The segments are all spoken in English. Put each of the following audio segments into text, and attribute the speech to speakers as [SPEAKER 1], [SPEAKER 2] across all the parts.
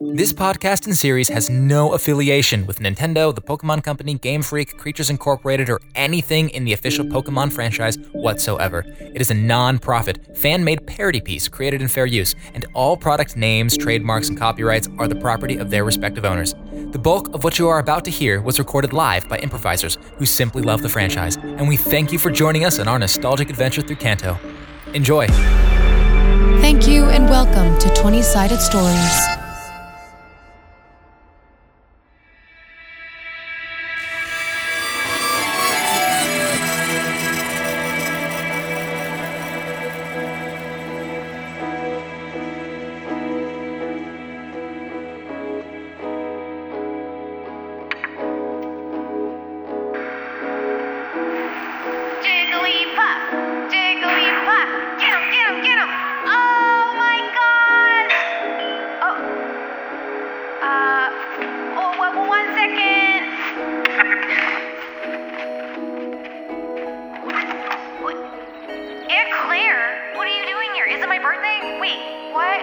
[SPEAKER 1] This podcast and series has no affiliation with Nintendo, the Pokemon Company, Game Freak, Creatures Incorporated, or anything in the official Pokemon franchise whatsoever. It is a non profit, fan made parody piece created in fair use, and all product names, trademarks, and copyrights are the property of their respective owners. The bulk of what you are about to hear was recorded live by improvisers who simply love the franchise, and we thank you for joining us on our nostalgic adventure through Kanto. Enjoy!
[SPEAKER 2] Thank you and welcome to 20 Sided Stories.
[SPEAKER 3] Jigglypuff, Jigglypuff, get him, get him, get him! Oh my god! Oh, uh, oh, well, one second. What? Aunt Claire, what are you doing here? Is it my birthday? Wait, what?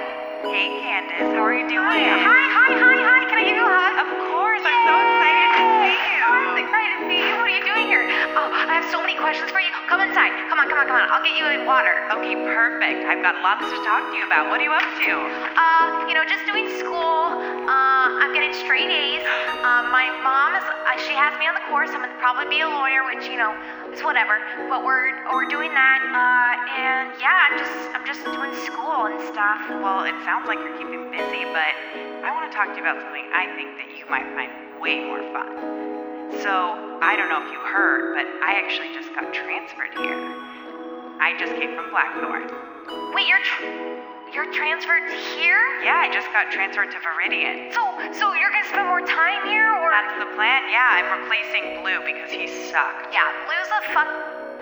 [SPEAKER 3] Hey, Candace, how are you doing? Hi, hi, hi, hi, hi. Can I give you a hug? Of course, I'm so excited to see you. I'm excited to see you. What are you doing here? Oh, I have so many questions for you. Come inside. Come on, come on, come on. I'll get you a water. Okay, perfect. I've got lots to talk to you about. What are you up to? Uh, you know, just doing school. Uh, I'm getting straight A's. Uh, my mom's, uh, she has me on the course. I'm gonna probably be a lawyer, which you know, is whatever. But we're we're doing that. Uh, and yeah, I'm just I'm just doing school and stuff.
[SPEAKER 4] Well, it sounds like you're keeping busy, but I want to talk to you about something I think that you might find way more fun. So, I don't know if you heard, but I actually just got transferred here. I just came from Blackthorn.
[SPEAKER 3] Wait, you're tr- you're transferred here?
[SPEAKER 4] Yeah, I just got transferred to Viridian.
[SPEAKER 3] So so you're gonna spend more time here, or
[SPEAKER 4] That's the plan. Yeah, I'm replacing Blue because he sucked.
[SPEAKER 3] yeah, lose a fuck.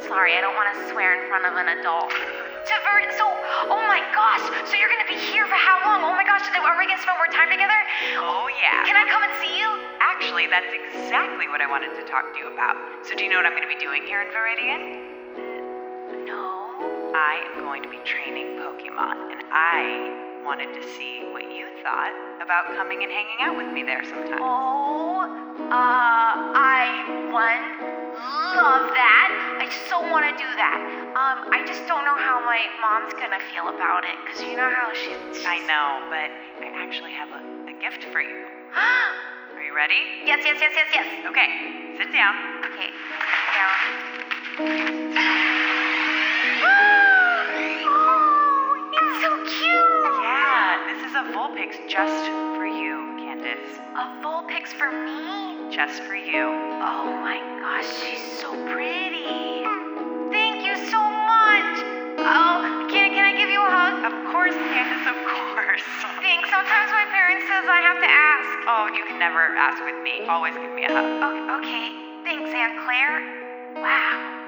[SPEAKER 3] Sorry, I don't want to swear in front of an adult. To Ver- so oh my gosh, so you're gonna be here for how long? Oh my gosh, are we gonna spend more time together?
[SPEAKER 4] Oh, yeah.
[SPEAKER 3] Can I come and see you?
[SPEAKER 4] Actually, that's exactly what I wanted to talk to you about. So, do you know what I'm going to be doing here in Viridian?
[SPEAKER 3] No.
[SPEAKER 4] I am going to be training Pokemon, and I wanted to see what you thought about coming and hanging out with me there sometime.
[SPEAKER 3] Oh, uh, I one love that. I so want to do that. Um, I just don't know how my mom's gonna feel about it, cause you know how she. she's
[SPEAKER 4] I know, but I actually have a, a gift for you. Are you ready?
[SPEAKER 3] yes, yes, yes, yes, yes.
[SPEAKER 4] Okay, sit down.
[SPEAKER 3] Okay. Yeah. oh, it's so cute.
[SPEAKER 4] Yeah, this is a Vulpix just for you, Candace.
[SPEAKER 3] A Vulpix for me?
[SPEAKER 4] Just for you.
[SPEAKER 3] Oh my gosh, she's so pretty. Thank you so much. Oh, can, can I give you a hug?
[SPEAKER 4] Of course, Candace, of course.
[SPEAKER 3] Thanks. Sometimes my parents says I have to ask.
[SPEAKER 4] oh, you can never ask with me. Always give me a hug.
[SPEAKER 3] O- okay. Thanks, Aunt Claire. Wow.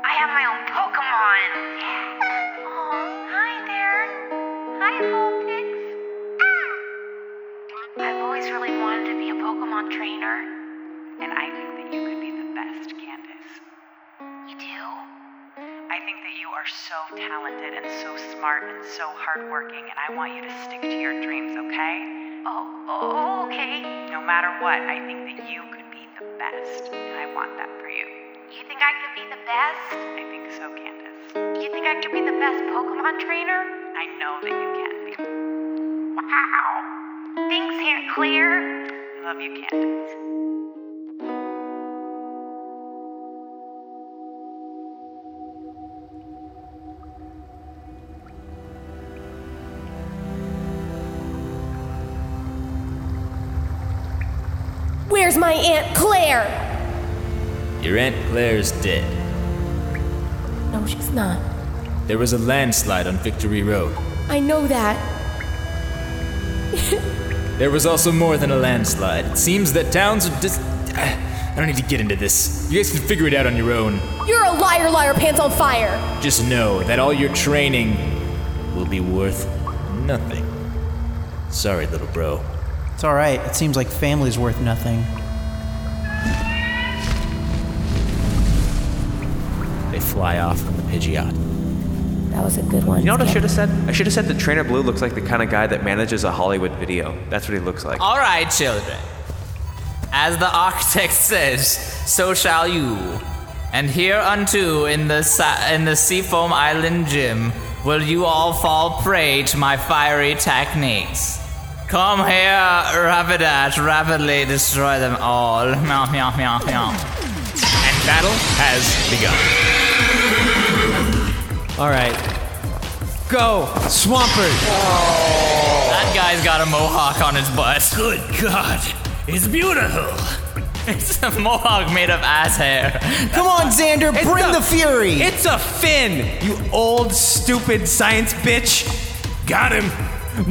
[SPEAKER 3] I have my own Pokemon. Yeah. Oh, hi there. Hi, Vulpix. I've always really wanted to be a Pokemon trainer.
[SPEAKER 4] And I think that you could be the best, Candace.
[SPEAKER 3] You do?
[SPEAKER 4] I think that you are so talented and so smart and so hardworking, and I want you to stick to your dreams, okay?
[SPEAKER 3] Oh, oh okay.
[SPEAKER 4] No matter what, I think that you could be the best, and I want that for you.
[SPEAKER 3] You think I could be the best?
[SPEAKER 4] I think so, Candace.
[SPEAKER 3] You think I could be the best Pokemon trainer?
[SPEAKER 4] I know that you can be.
[SPEAKER 3] Wow. Thanks, Aunt Claire.
[SPEAKER 4] I love you, Candace.
[SPEAKER 5] Where's my Aunt Claire?
[SPEAKER 6] Your Aunt Claire's dead.
[SPEAKER 5] No, she's not.
[SPEAKER 6] There was a landslide on Victory Road.
[SPEAKER 5] I know that.
[SPEAKER 6] There was also more than a landslide. It seems that towns are just. I don't need to get into this. You guys can figure it out on your own.
[SPEAKER 5] You're a liar, liar, pants on fire.
[SPEAKER 6] Just know that all your training will be worth nothing. Sorry, little bro.
[SPEAKER 7] It's all right. It seems like family's worth nothing.
[SPEAKER 6] They fly off from the Pidgeot.
[SPEAKER 5] That was a good one.
[SPEAKER 8] You know what I should have said? I should have said that Trainer Blue looks like the kind of guy that manages a Hollywood video. That's what he looks like.
[SPEAKER 9] All right, children. As the architect says, so shall you. And hereunto in the sa- in the Seafoam Island gym will you all fall prey to my fiery techniques. Come here, Rapidat, rapidly destroy them all. Meow, meow, meow, meow.
[SPEAKER 10] And battle has begun.
[SPEAKER 7] All right. Go, Swampert.
[SPEAKER 9] That guy's got a mohawk on his butt.
[SPEAKER 10] Good God, it's beautiful.
[SPEAKER 9] It's a mohawk made of ass hair.
[SPEAKER 7] Come on, Xander, bring the, fury.
[SPEAKER 10] It's a fin, you old stupid science bitch. Got him.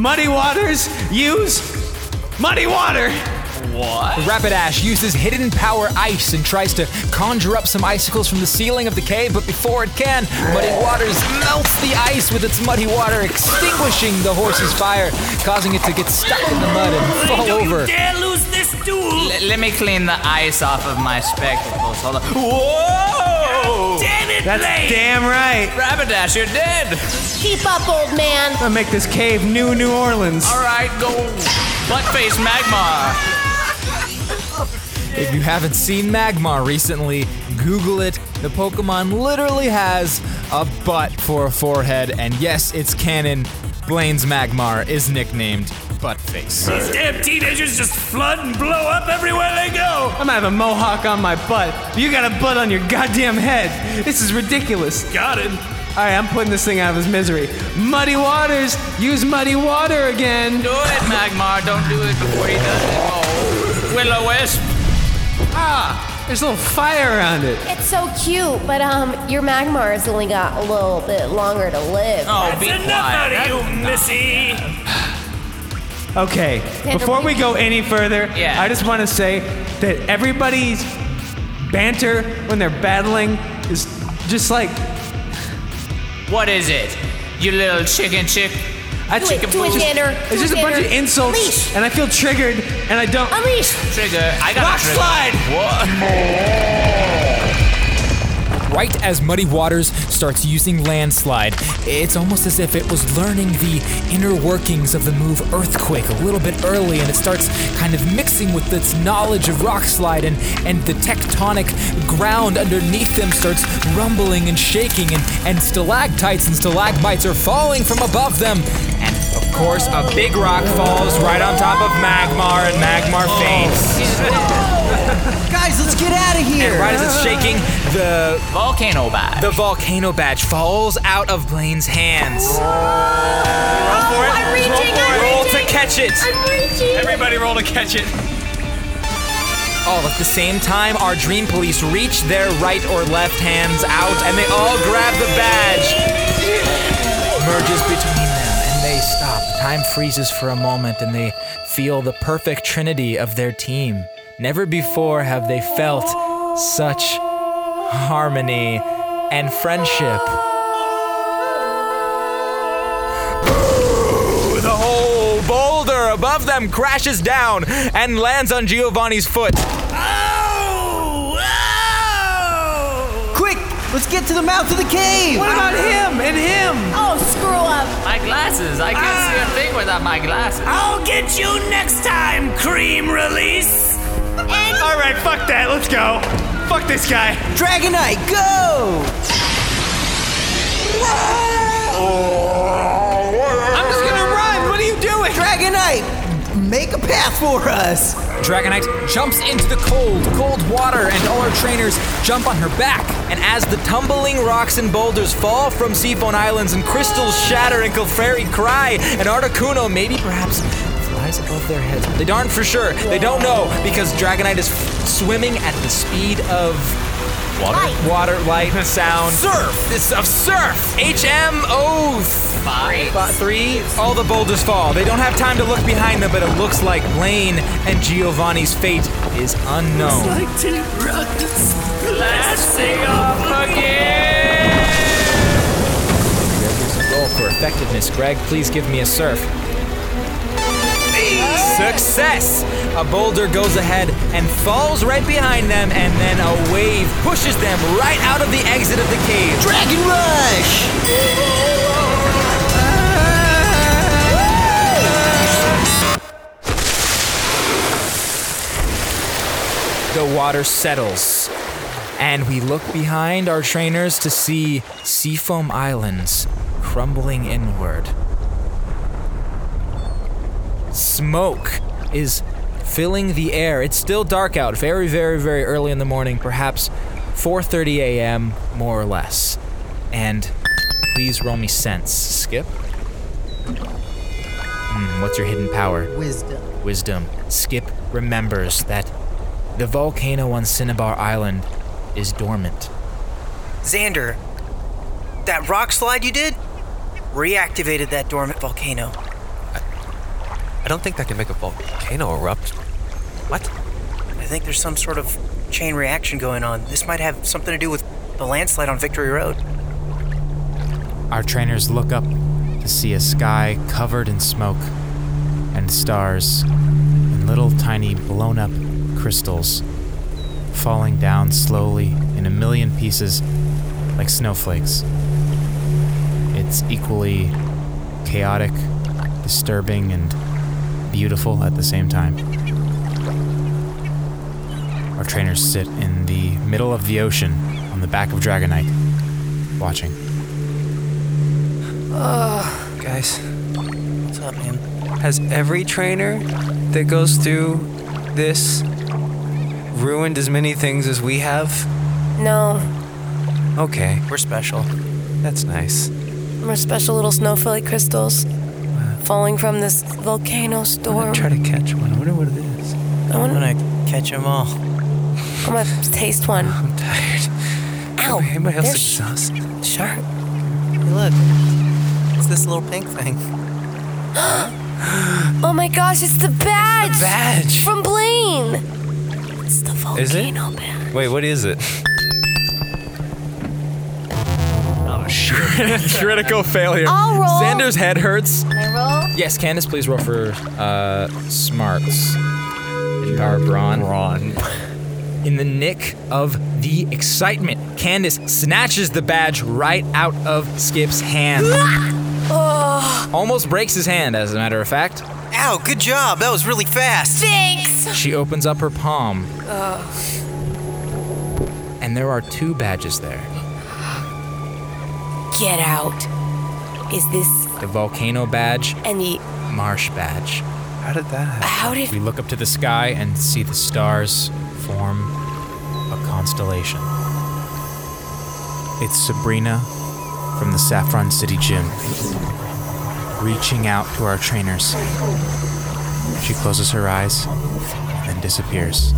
[SPEAKER 10] Muddy Waters, use Muddy Water.
[SPEAKER 1] Rapidash uses hidden power ice and tries to conjure up some icicles from the ceiling of the cave, but before it can, Muddy Waters melts the ice with its muddy water, extinguishing the horse's fire, causing it to get stuck in the mud and fall
[SPEAKER 10] Don't
[SPEAKER 1] over.
[SPEAKER 10] you dare lose this duel.
[SPEAKER 9] L- let me clean the ice off of my spectacles. Hold on. Whoa!
[SPEAKER 10] Damn it,
[SPEAKER 11] That's
[SPEAKER 10] Blade.
[SPEAKER 11] damn right.
[SPEAKER 9] Rapidash, you're dead!
[SPEAKER 5] Keep up, old man.
[SPEAKER 11] I'm gonna make this cave new New Orleans.
[SPEAKER 9] Alright, go. Buttface Magmar!
[SPEAKER 1] If you haven't seen Magmar recently, Google it. The Pokemon literally has a butt for a forehead, and yes, it's canon. Blaine's Magmar is nicknamed Buttface.
[SPEAKER 10] These damn teenagers just flood and blow up everywhere they go.
[SPEAKER 11] I'm gonna have a mohawk on my butt. You got a butt on your goddamn head. This is ridiculous.
[SPEAKER 10] Got him.
[SPEAKER 11] All right, I'm putting this thing out of his misery. Muddy waters, use muddy water again.
[SPEAKER 9] Do it, Magmar! Don't do it before he does it. Oh. Willow Wisp!
[SPEAKER 11] Ah, there's a little fire around it.
[SPEAKER 5] It's so cute, but um, your Magmar's only got a little bit longer to live.
[SPEAKER 9] Oh,
[SPEAKER 10] That's
[SPEAKER 9] be
[SPEAKER 10] enough
[SPEAKER 9] quiet.
[SPEAKER 10] out of
[SPEAKER 9] That-
[SPEAKER 10] you, Missy.
[SPEAKER 11] Okay, before we go any further,
[SPEAKER 9] Yeah.
[SPEAKER 11] I just want to say that everybody's banter when they're battling is just like
[SPEAKER 9] What is it? You little chicken chick?
[SPEAKER 11] I
[SPEAKER 5] do it, do it,
[SPEAKER 11] just-
[SPEAKER 5] Xander. Do
[SPEAKER 11] It's just
[SPEAKER 5] it,
[SPEAKER 11] a bunch of
[SPEAKER 5] Xander.
[SPEAKER 11] insults,
[SPEAKER 5] Leash.
[SPEAKER 11] and I feel triggered, and I don't.
[SPEAKER 5] Unleash.
[SPEAKER 9] Trigger. I got
[SPEAKER 10] Rock
[SPEAKER 9] a trigger.
[SPEAKER 10] slide.
[SPEAKER 1] Right as Muddy Waters starts using Landslide, it's almost as if it was learning the inner workings of the move Earthquake a little bit early, and it starts kind of mixing with its knowledge of Rock Slide, and, and the tectonic ground underneath them starts rumbling and shaking, and, and stalactites and stalagmites are falling from above them. And of course, a big rock falls right on top of Magmar, and Magmar faints.
[SPEAKER 5] Oh,
[SPEAKER 7] Guys, let's get out of here.
[SPEAKER 1] Right as it's shaking, the
[SPEAKER 9] Volcano bat.
[SPEAKER 1] the volcano badge falls out of Blaine's hands.
[SPEAKER 10] Roll for it.
[SPEAKER 5] I'm reaching,
[SPEAKER 10] Roll for
[SPEAKER 5] I'm
[SPEAKER 10] it. Roll to
[SPEAKER 5] reaching.
[SPEAKER 10] catch it.
[SPEAKER 5] I'm reaching.
[SPEAKER 10] Everybody roll to catch it.
[SPEAKER 1] All at the same time, our dream police reach their right or left hands out and they all grab the badge. Merges between them and they stop. Time freezes for a moment and they feel the perfect trinity of their team. Never before have they felt such harmony and friendship. The whole boulder above them crashes down and lands on Giovanni's foot.
[SPEAKER 10] Oh! Oh!
[SPEAKER 7] Quick, let's get to the mouth of the cave.
[SPEAKER 11] What about him and him?
[SPEAKER 5] Oh, screw up.
[SPEAKER 9] My glasses. I can't see a thing without my glasses.
[SPEAKER 10] Ah. I'll get you next time, cream release. All right, fuck that. Let's go. Fuck this guy.
[SPEAKER 7] Dragonite, go!
[SPEAKER 11] I'm just gonna run. What are you doing?
[SPEAKER 7] Dragonite, make a path for us.
[SPEAKER 1] Dragonite jumps into the cold, cold water, and all her trainers jump on her back. And as the tumbling rocks and boulders fall from Seaphone Islands and crystals shatter and Clefairy cry, and Articuno maybe perhaps flies above their heads. They darn for sure. They don't know because Dragonite is f- swimming at the speed of. Water, water, light, sound, surf. It's of surf. H M O
[SPEAKER 9] Five.
[SPEAKER 1] Spot three, all the boulders fall. They don't have time to look behind them, but it looks like Blaine and Giovanni's fate is unknown.
[SPEAKER 10] Blasting off again.
[SPEAKER 1] Roll for effectiveness, Greg. Please give me a surf.
[SPEAKER 10] Please.
[SPEAKER 1] Success! A boulder goes ahead and falls right behind them, and then a wave pushes them right out of the exit of the cave.
[SPEAKER 12] Dragon Rush!
[SPEAKER 1] The water settles, and we look behind our trainers to see Seafoam Islands crumbling inward. Smoke is filling the air. It's still dark out, very, very, very early in the morning, perhaps 4:30 a.m. more or less. And please roll me sense, Skip. Hmm, what's your hidden power?
[SPEAKER 12] Wisdom.
[SPEAKER 1] Wisdom. Skip remembers that the volcano on Cinnabar Island is dormant.
[SPEAKER 13] Xander, that rock slide you did reactivated that dormant volcano.
[SPEAKER 14] I don't think that can make a volcano erupt. What?
[SPEAKER 13] I think there's some sort of chain reaction going on. This might have something to do with the landslide on Victory Road.
[SPEAKER 1] Our trainers look up to see a sky covered in smoke and stars and little tiny blown up crystals falling down slowly in a million pieces like snowflakes. It's equally chaotic, disturbing, and beautiful at the same time. Our trainers sit in the middle of the ocean on the back of Dragonite, watching.
[SPEAKER 11] Ugh. guys, what's up, man? Has every trainer that goes through this ruined as many things as we have?
[SPEAKER 15] No,
[SPEAKER 11] Okay,
[SPEAKER 13] we're special.
[SPEAKER 11] That's nice.
[SPEAKER 15] we're special little snowflake crystals falling from this volcano storm.
[SPEAKER 11] Try to catch one. I wonder what it is.
[SPEAKER 15] I wanna- I'm
[SPEAKER 13] gonna catch them all.
[SPEAKER 15] I'm gonna taste one. I'm
[SPEAKER 11] tired.
[SPEAKER 15] Ow!
[SPEAKER 11] Anybody
[SPEAKER 15] they're
[SPEAKER 11] else
[SPEAKER 15] sh-
[SPEAKER 11] exhausted?
[SPEAKER 15] sharp.
[SPEAKER 13] look, it's this little pink thing.
[SPEAKER 15] Oh my gosh, it's the badge!
[SPEAKER 11] badge!
[SPEAKER 15] From Blaine! It's the volcano.
[SPEAKER 11] Is it? Wait, what is it?
[SPEAKER 1] Oh, shit.
[SPEAKER 16] Critical failure.
[SPEAKER 15] I'll roll.
[SPEAKER 1] Xander's head hurts.
[SPEAKER 15] I roll?
[SPEAKER 1] Yes, Candace, please roll for uh, smarts. In power brawn. In the nick of the excitement, Candace snatches the badge right out of Skip's hand.
[SPEAKER 15] Ah! Oh.
[SPEAKER 1] Almost breaks his hand, as a matter of fact.
[SPEAKER 13] Ow, good job. That was really fast.
[SPEAKER 15] Thanks!
[SPEAKER 1] She opens up her palm,
[SPEAKER 15] Ugh.
[SPEAKER 13] Oh,
[SPEAKER 1] and there are two badges there
[SPEAKER 15] Get out. Is this
[SPEAKER 1] the volcano badge
[SPEAKER 15] and the
[SPEAKER 1] marsh badge.
[SPEAKER 11] How did that happen?
[SPEAKER 15] How did
[SPEAKER 1] We look up to the sky and see the stars form a constellation. It's Sabrina from the Saffron City Gym, reaching out to our trainers. She closes her eyes and then disappears.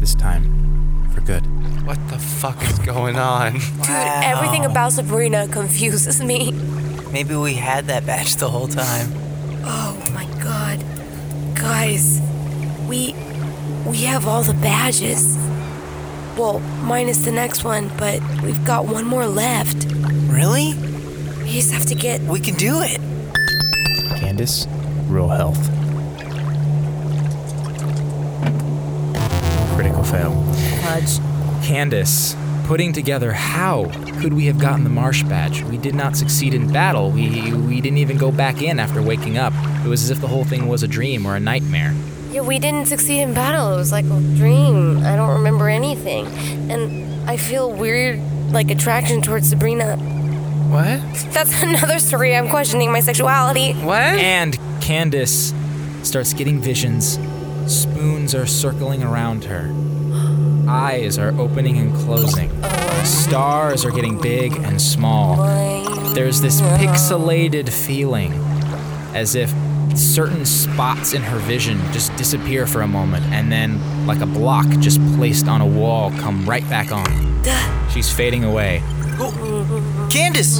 [SPEAKER 1] This time, for good.
[SPEAKER 11] What the fuck is going on?
[SPEAKER 15] Dude, everything about Sabrina confuses me.
[SPEAKER 13] Maybe we had that badge the whole time.
[SPEAKER 15] Oh my god. Guys, we we have all the badges. Well, minus the next one, but we've got one more left.
[SPEAKER 13] Really?
[SPEAKER 15] We just have to get
[SPEAKER 13] We can do it.
[SPEAKER 1] Candace, real health. Critical fail.
[SPEAKER 15] Fudge.
[SPEAKER 1] Candace, putting together how could we have gotten the marsh badge? We did not succeed in battle. We we didn't even go back in after waking up. It was as if the whole thing was a dream or a nightmare.
[SPEAKER 15] Yeah, we didn't succeed in battle. It was like a dream. I don't remember anything. And I feel weird like attraction towards Sabrina.
[SPEAKER 11] What?
[SPEAKER 15] That's another story. I'm questioning my sexuality.
[SPEAKER 11] What?
[SPEAKER 1] And Candace starts getting visions. Spoons are circling around her. Eyes are opening and closing. Stars are getting big and small. There's this pixelated feeling as if certain spots in her vision just disappear for a moment and then, like a block just placed on a wall, come right back on. She's fading away.
[SPEAKER 13] Candace!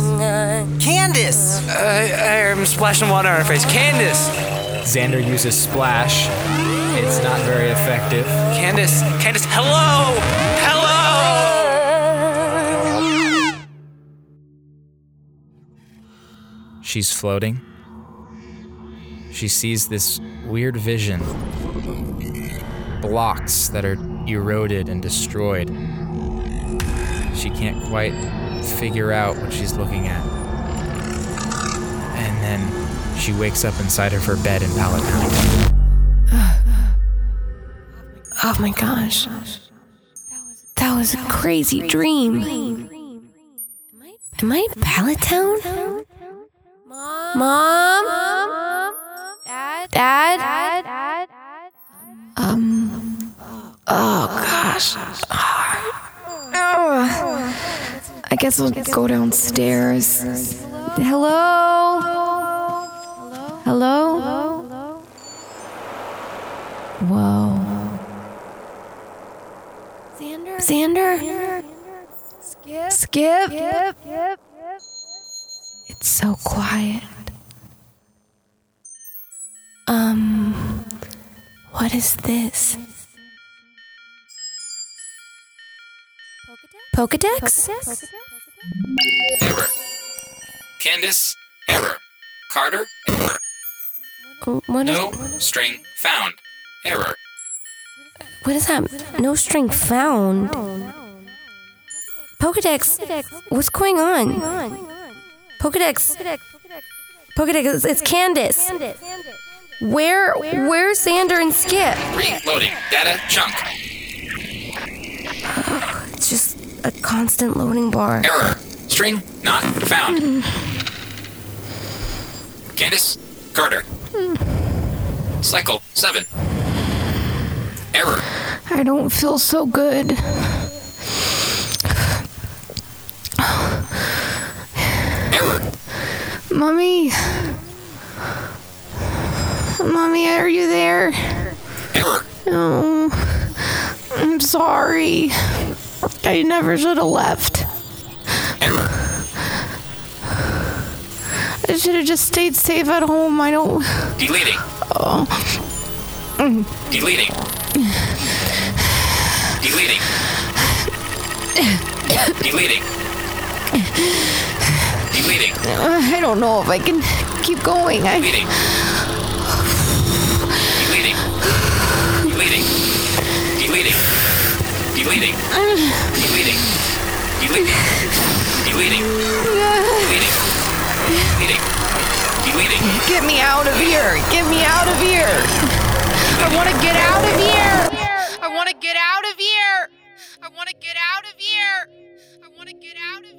[SPEAKER 13] Candace!
[SPEAKER 11] I, I'm splashing water on her face. Candace!
[SPEAKER 1] Xander uses splash. It's not very effective.
[SPEAKER 11] Candace! Candace, hello! Hello!
[SPEAKER 1] She's floating. she sees this weird vision blocks that are eroded and destroyed. She can't quite figure out what she's looking at. And then she wakes up inside of her bed in Palatine.
[SPEAKER 15] Oh my gosh. That was a crazy dream. Am I in Palatown? Mom? Mom? Dad? Dad? Um. Oh gosh. Hard. Ugh. I guess I'll go downstairs. Hello? Hello? Whoa. Xander? Xander? Skip? Skip? It's so quiet. Um, what is this? Pokedex?
[SPEAKER 1] Error. Candace, error. Carter, error.
[SPEAKER 15] What is,
[SPEAKER 1] No string found. Error.
[SPEAKER 15] what is that? No string found. Pokedex, what's going on? Pokedex, Pokedex, it's, it's Candace. Where, where's Xander and Skip?
[SPEAKER 1] Reloading data chunk.
[SPEAKER 15] It's just a constant loading bar.
[SPEAKER 1] Error. String not found. Candace, Carter. Cycle 7. Error.
[SPEAKER 15] I don't feel so good. Mommy. Mommy, are you there? No. I'm sorry. I never should have left. I should have just stayed safe at home. I don't.
[SPEAKER 1] Deleting.
[SPEAKER 15] Oh. Mm.
[SPEAKER 1] Deleting. Deleting. Deleting. Deleting.
[SPEAKER 15] I don't know if I can keep going. I.
[SPEAKER 1] Deleting. Deleting. Deleting. Deleting. Deleting. Deleting. Deleting. Deleting. Deleting.
[SPEAKER 15] Get me out of here! Get me out of here! I want to get out of here! I want to get out of here! I want to get out of here! I want to get out of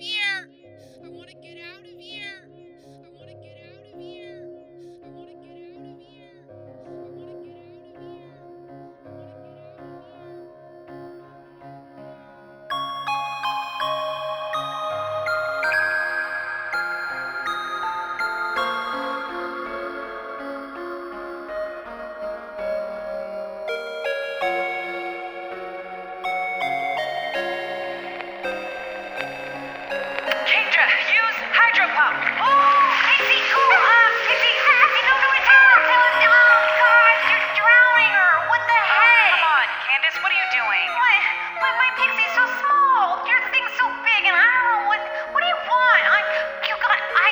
[SPEAKER 15] here!
[SPEAKER 3] Kendra, use hydro pump. Oh, Casey, go up. Casey, Casey, go to the tower. Tell us to go. Guys, you're drowning her. What the heck? Come on, Candace, what are you doing? What? But my pixie's so small. Your thing's so big, and I don't know what. What do you want? I. You got. I.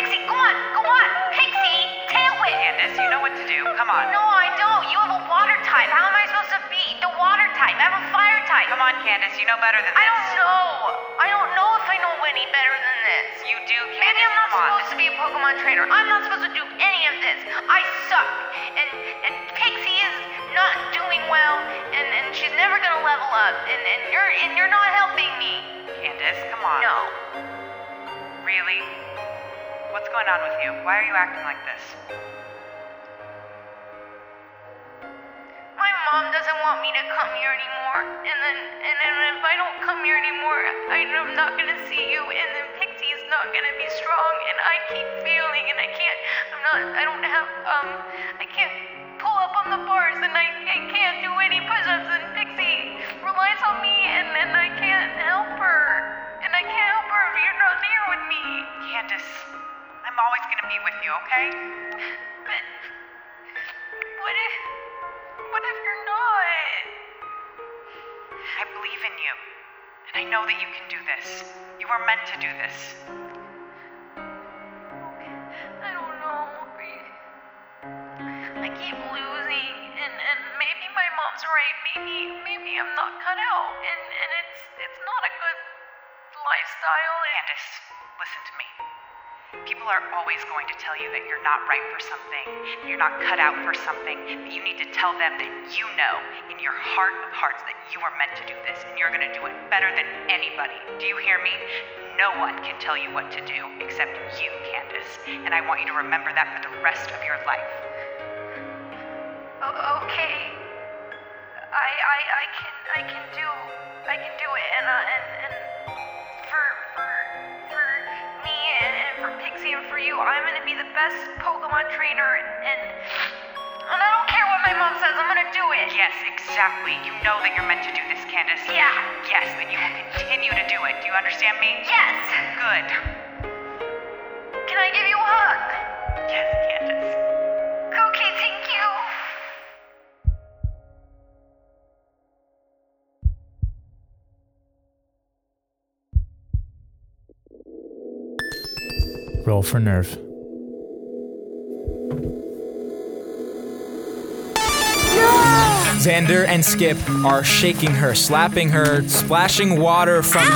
[SPEAKER 3] Pixie, go on, go on. Pixie, tail whip. Candace, you know what to do. Come on. No, I don't. You have a water type. How am I supposed to beat the water type? I have a fire type. Come on, Candace, you know better than this. I don't know. I don't know if I know any better than this. You do, Candace. Maybe I'm not supposed to be a Pokemon trainer. I'm not supposed to do any of this. I suck. And and Pixie is not doing well. And and she's never gonna level up. And and you're and you're not helping me. Candace, come on. No. Really? What's going on with you? Why are you acting like this?
[SPEAKER 17] My mom doesn't want me to come here anymore. And then, and then if I don't come here anymore, I, I'm not gonna see you. And then Pixie's not gonna be strong. And I keep failing, and I can't. I'm not. I don't have. Um, I can't pull up on the bars, and I, I can't do any push-ups. And Pixie relies on me, and and I can't help her. And I can't help her if you're not there with me.
[SPEAKER 3] Candace, I'm always gonna be with you, okay?
[SPEAKER 17] But what if? What if you're not?
[SPEAKER 3] I believe in you. And I know that you can do this. You were meant to do this.
[SPEAKER 17] I don't know. Are you,
[SPEAKER 3] keep losing, and, and maybe my mom's right. Maybe maybe I'm not cut out, and, and it's it's not a good lifestyle.
[SPEAKER 4] Candace, listen to me. People are always going to tell you that you're not right for something, that you're not cut out for something, but you need to tell them that you know in your heart of hearts that you are meant to do this and you're going to do it better than anybody. Do you hear me? No one can tell you what to do except you, Candace, and I want you to remember that for the rest of your life.
[SPEAKER 3] O- okay, I I I can I can do I can do it, and uh, and and for for for me and, and for Pixie and for you, I'm gonna be the best Pokemon trainer, and and I don't care what my mom says, I'm gonna do it.
[SPEAKER 4] Yes, exactly. You know that you're meant to do this, Candace.
[SPEAKER 3] Yeah.
[SPEAKER 4] Yes, and you will continue to do it. Do you understand me?
[SPEAKER 3] Yes.
[SPEAKER 4] Good.
[SPEAKER 3] Can I give you a hug?
[SPEAKER 4] Yes, Candace.
[SPEAKER 3] Okay, thank you.
[SPEAKER 18] Roll for nerve.
[SPEAKER 1] Xander and Skip are shaking her, slapping her, splashing water from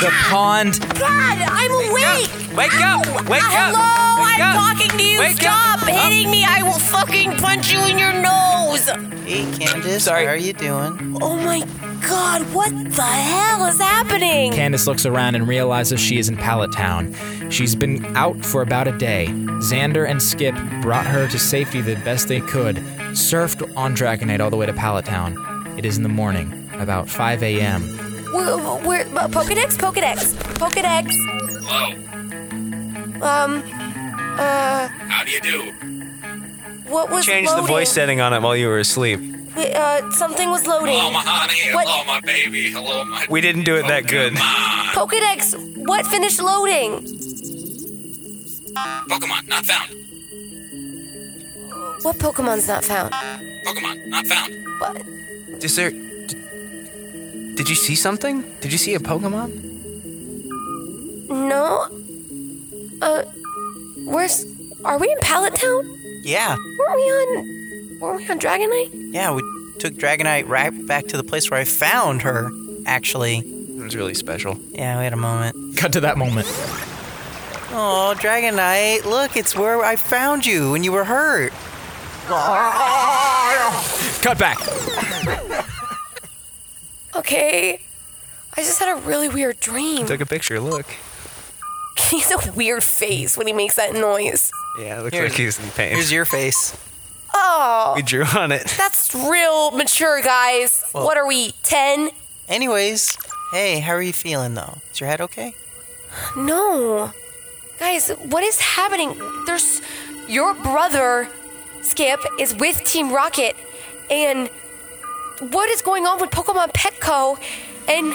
[SPEAKER 1] the pond.
[SPEAKER 15] God, I'm awake!
[SPEAKER 1] Wake up! Wake up!
[SPEAKER 15] Hello,
[SPEAKER 1] Wake
[SPEAKER 15] I'm
[SPEAKER 1] up.
[SPEAKER 15] talking to you.
[SPEAKER 1] Wake
[SPEAKER 15] Stop
[SPEAKER 1] up.
[SPEAKER 15] hitting me. I will fucking punch you in your nose.
[SPEAKER 13] Hey, Candace, how are you doing?
[SPEAKER 15] Oh my god, what the hell is happening?
[SPEAKER 1] Candace looks around and realizes she is in Pallet Town. She's been out for about a day. Xander and Skip brought her to safety the best they could, surfed on Dragonite all the way to Pallet Town. It is in the morning, about 5 a.m.
[SPEAKER 15] We're, we're uh, Pokedex, Pokedex, Pokedex. Um, uh,
[SPEAKER 17] How do you do?
[SPEAKER 15] what was
[SPEAKER 14] Change
[SPEAKER 15] loading?
[SPEAKER 14] the voice setting on it while you were asleep.
[SPEAKER 15] Wait, Uh, something was loading.
[SPEAKER 17] Hello, my honey. Hello,
[SPEAKER 15] What?
[SPEAKER 17] my baby. Hello, my.
[SPEAKER 14] We didn't do it that good.
[SPEAKER 15] Pokedex, what finished loading?
[SPEAKER 17] Pokemon not found.
[SPEAKER 15] What Pokemon's not found?
[SPEAKER 17] Pokemon not found.
[SPEAKER 15] What?
[SPEAKER 14] Is there? d- Did you see something? Did you see a Pokemon?
[SPEAKER 15] No. Uh, where's? Are we in Pallet Town?
[SPEAKER 13] Yeah,
[SPEAKER 15] Weren't we on? Weren't we on Dragonite?
[SPEAKER 13] yeah, we took Dragonite right back to the place where I found her, actually. It
[SPEAKER 14] was really special.
[SPEAKER 13] Yeah, we had a moment.
[SPEAKER 1] Cut to that moment.
[SPEAKER 13] Oh, Dragonite, look, it's where I found you when you were hurt.
[SPEAKER 1] Cut back.
[SPEAKER 15] Okay. I just had a really weird dream.
[SPEAKER 14] Took a picture. Look.
[SPEAKER 15] He's a weird face when he makes that noise.
[SPEAKER 14] Yeah, it looks
[SPEAKER 13] Here's-
[SPEAKER 14] like he's in pain.
[SPEAKER 13] Here's your face.
[SPEAKER 15] Oh,
[SPEAKER 14] We drew on it.
[SPEAKER 15] that's real mature, guys.
[SPEAKER 13] Well-
[SPEAKER 15] what are we, 10?
[SPEAKER 13] Anyways, hey, how are you feeling though? Is your head okay?
[SPEAKER 15] No. Guys, what is happening? There's. Your brother, Skip, is with Team Rocket, and what is going on with Pokemon Petco? And.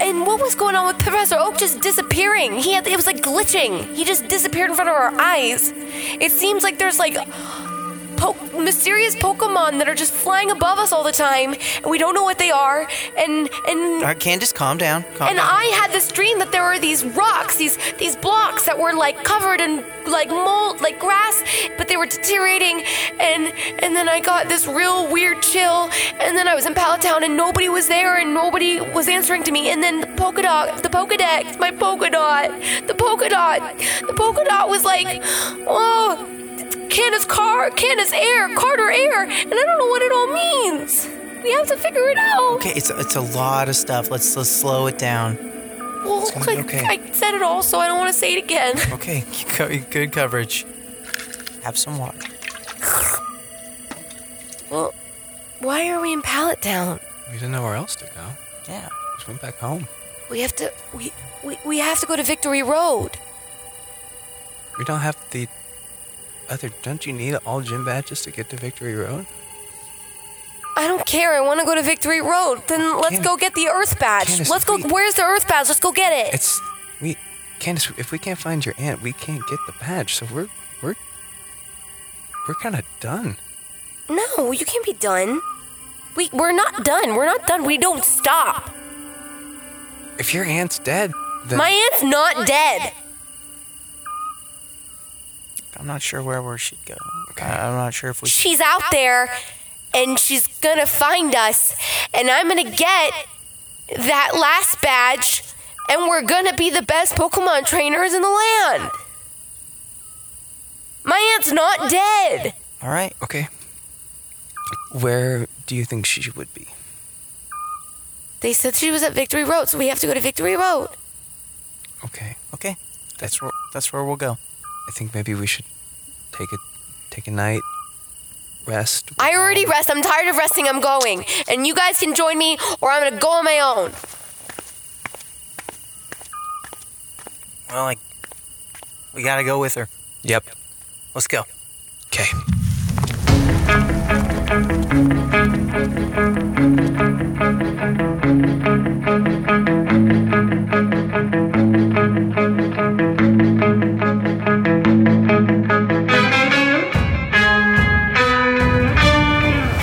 [SPEAKER 15] And what was going on with Professor Oak just disappearing? He had, it was like glitching. He just disappeared in front of our eyes. It seems like there's like po- mysterious Pokemon that are just flying above us all the time, and we don't know what they are. And and
[SPEAKER 13] All right, Candace, calm down. Calm
[SPEAKER 15] and
[SPEAKER 13] down.
[SPEAKER 15] I had this dream that there were these rocks, these these blocks that were like covered in like mold, like grass, but they were deteriorating. And and then I got this real weird chill. And then I was in Palatown and nobody was there and nobody was answering to me. And then the polka dot, the Pokedex, my polka dot, the polka dot, the polka dot was like, oh, Candace Car, Candace Air, Carter Air, and I don't know what it all means. We have to figure it out.
[SPEAKER 13] Okay, it's it's a lot of stuff. Let's let's slow it down.
[SPEAKER 15] Well,
[SPEAKER 13] gonna
[SPEAKER 15] I,
[SPEAKER 13] be okay.
[SPEAKER 15] I said it all, so I don't want to say it again.
[SPEAKER 13] Okay, you co- good coverage. Have some water.
[SPEAKER 15] Well, why are we in Pallet Town?
[SPEAKER 14] We didn't know where else to go.
[SPEAKER 13] Yeah.
[SPEAKER 14] Just went back home.
[SPEAKER 15] We have to. We, we, we have to go to Victory Road.
[SPEAKER 14] We don't have the other. Don't you need all gym badges to get to Victory Road?
[SPEAKER 15] I don't care. I want to go to Victory Road. Then let's go get the Earth Badge.
[SPEAKER 14] Candace,
[SPEAKER 15] let's go. Where's the Earth Badge? Let's go get it.
[SPEAKER 14] It's we, Candace. If we can't find your aunt, we can't get the badge. So we're we're we're kind of done.
[SPEAKER 15] No, you can't be done. We we're not done. We're not done. We don't stop.
[SPEAKER 14] If your aunt's dead, then
[SPEAKER 15] My aunt's not dead.
[SPEAKER 13] I'm not sure where where she'd go. Okay. I'm not sure if we.
[SPEAKER 15] She's out there and she's gonna find us, and I'm gonna get that last badge, and we're gonna be the best Pokemon trainers in the land. My aunt's not dead.
[SPEAKER 13] All right. Okay. Where do you think she would be?
[SPEAKER 15] They said she was at Victory Road, so we have to go to Victory Road.
[SPEAKER 14] Okay.
[SPEAKER 13] Okay. That's where that's where we'll go.
[SPEAKER 14] I think maybe we should take a take a night rest.
[SPEAKER 15] I already rest. I'm tired of resting. I'm going. And you guys can join me, or I'm gonna go on my own.
[SPEAKER 13] Well, like, we gotta go with her.
[SPEAKER 14] Yep.
[SPEAKER 13] Let's go.
[SPEAKER 14] Okay.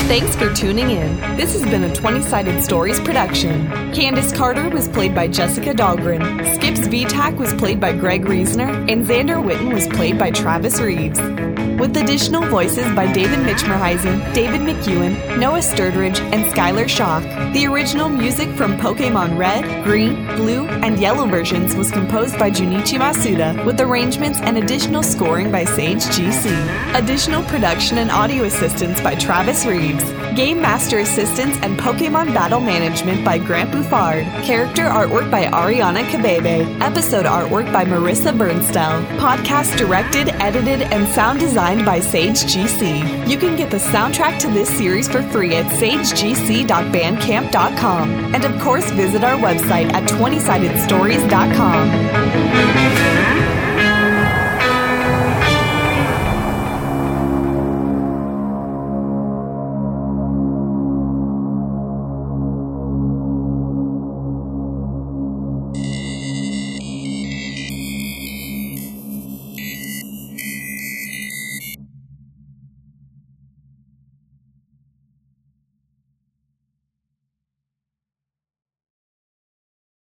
[SPEAKER 18] Thanks for tuning in. This has been a 20 Sided Stories production. Candace Carter was played by Jessica Dahlgren. Skips VTAC was played by Greg Reasoner. And Xander Witten was played by Travis Reeves. With additional voices by David Mitchmerheisen, David McEwen, Noah Sturdridge, and Skylar Shock. The original music from Pokemon Red, Green, Blue, and Yellow versions was composed by Junichi Masuda, with arrangements and additional scoring by Sage GC. Additional production and audio assistance by Travis Reeves. Game Master Assistance and Pokemon Battle Management by Grant Buffard. Character artwork by Ariana Kabebe. Episode artwork by Marissa Bernstell. Podcast directed, edited, and sound designed by Sage GC. You can get the soundtrack to this series for free at sagegc.bandcamp.com. And of course, visit our website at 20sidedstories.com.